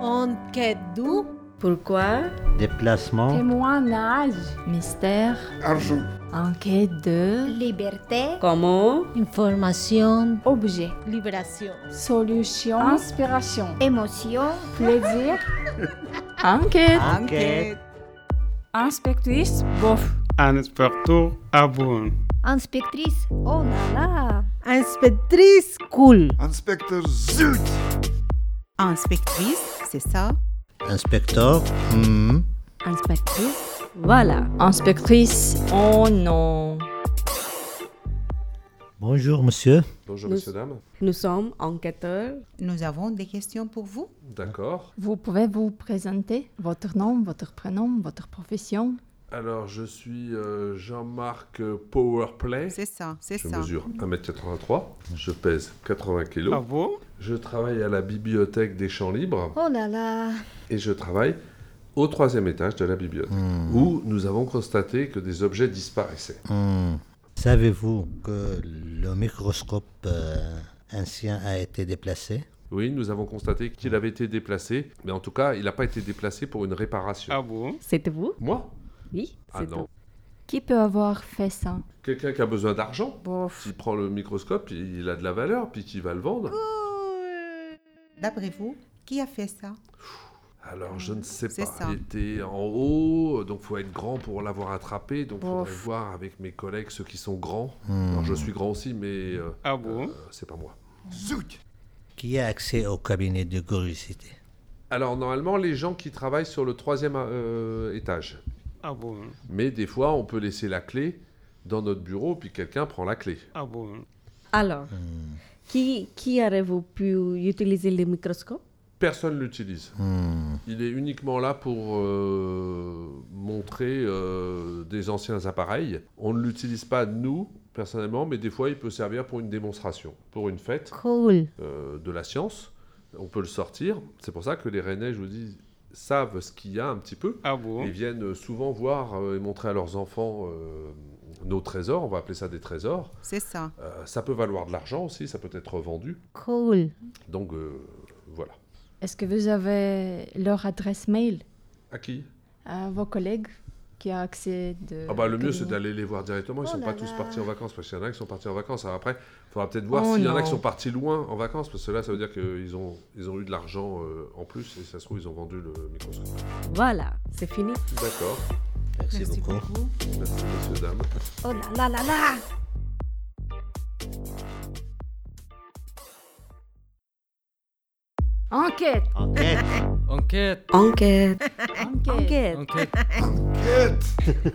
Enquête d'où Pourquoi Déplacement, Témoignage. Mystère argent, Enquête de Liberté, Comment Information, Objet. libération. Solution. Inspiration. émotion, Plaisir. Enquête. enquête, Inspectrice. Bof. Inspecteur Abun. inspectrice, oh là là, Inspectrice cool. inspecteur zut, Inspectrice, c'est ça inspecteur, hmm, Inspectrice Voilà, inspectrice. Oh non bonjour monsieur, Bonjour, Nous- messieurs, dames. Nous sommes enquêteurs. Nous avons des questions pour vous D'accord. Vous pouvez vous présenter votre nom, votre prénom, votre profession. Alors, je suis euh, Jean-Marc euh, Powerplay. C'est ça, c'est Je ça. mesure 1m83. Je pèse 80 kg. Ah bon Je travaille à la bibliothèque des Champs Libres oh là là, et je travaille au troisième étage de la bibliothèque où nous avons constaté que des objets disparaissaient. hmm. Savez-vous que le microscope euh, ancien a été déplacé Oui, nous avons constaté qu'il avait été déplacé, mais en tout cas, il n'a pas été déplacé pour une réparation. Ah bon C'est vous Moi Oui, Ah non. Qui peut avoir fait ça Quelqu'un qui a besoin d'argent, Bof. qui prend le microscope, il a de la valeur, puis qui va le vendre. D'après vous, qui a fait ça Alors, je ne sais C'est pas. ça. Il était en haut, donc faut être grand pour l'avoir attrapé. Donc, il faudrait Ouf. voir avec mes collègues ceux qui sont grands. Hmm. Alors, je suis grand aussi, mais euh, Ah bon euh, c'est pas moi. zut, Qui a accès au cabinet de curiosité Alors, normalement, les gens qui travaillent sur le troisième euh, étage. Ah bon Mais des fois, on peut laisser la clé dans notre bureau, puis quelqu'un prend la clé. Ah bon Alors, Hmm. qui, qui aurait-vous pu utiliser le microscope Personne l'utilise. Hmm. Il est uniquement là pour euh, montrer euh, des anciens appareils. On ne l'utilise pas nous personnellement, mais des fois il peut servir pour une démonstration, pour une fête Cool. euh, de la science. On peut le sortir. C'est pour ça que les Rennais, je vous dis, savent ce qu'il y a un petit peu. Ah bon Ils viennent souvent voir euh, et montrer à leurs enfants euh, nos trésors. On va appeler ça des trésors. C'est ça. Euh, ça peut valoir de l'argent aussi. Ça peut être vendu. Cool. Donc euh, voilà. Est-ce que vous avez leur adresse mail À qui à vos collègues qui a accès de Ah bah le mieux c'est cabinet d'aller les voir directement, ils Euh, Oh sont là pas là. tous partis en vacances, parce qu'il y en a qui sont partis en vacances. Alors après, il faudra peut-être voir Oh s'il y en a non. qui sont partis loin en vacances, parce que là ça veut dire qu'ils ont, ils ont eu de l'argent euh, en plus, et ça se trouve ils ont vendu le microscope. Voilà, c'est fini. D'accord, Merci, Merci beaucoup. beaucoup. merci messieurs, dames. oh là là là là. Enquête Enquête. Enquête. Enquête Enquête. quête.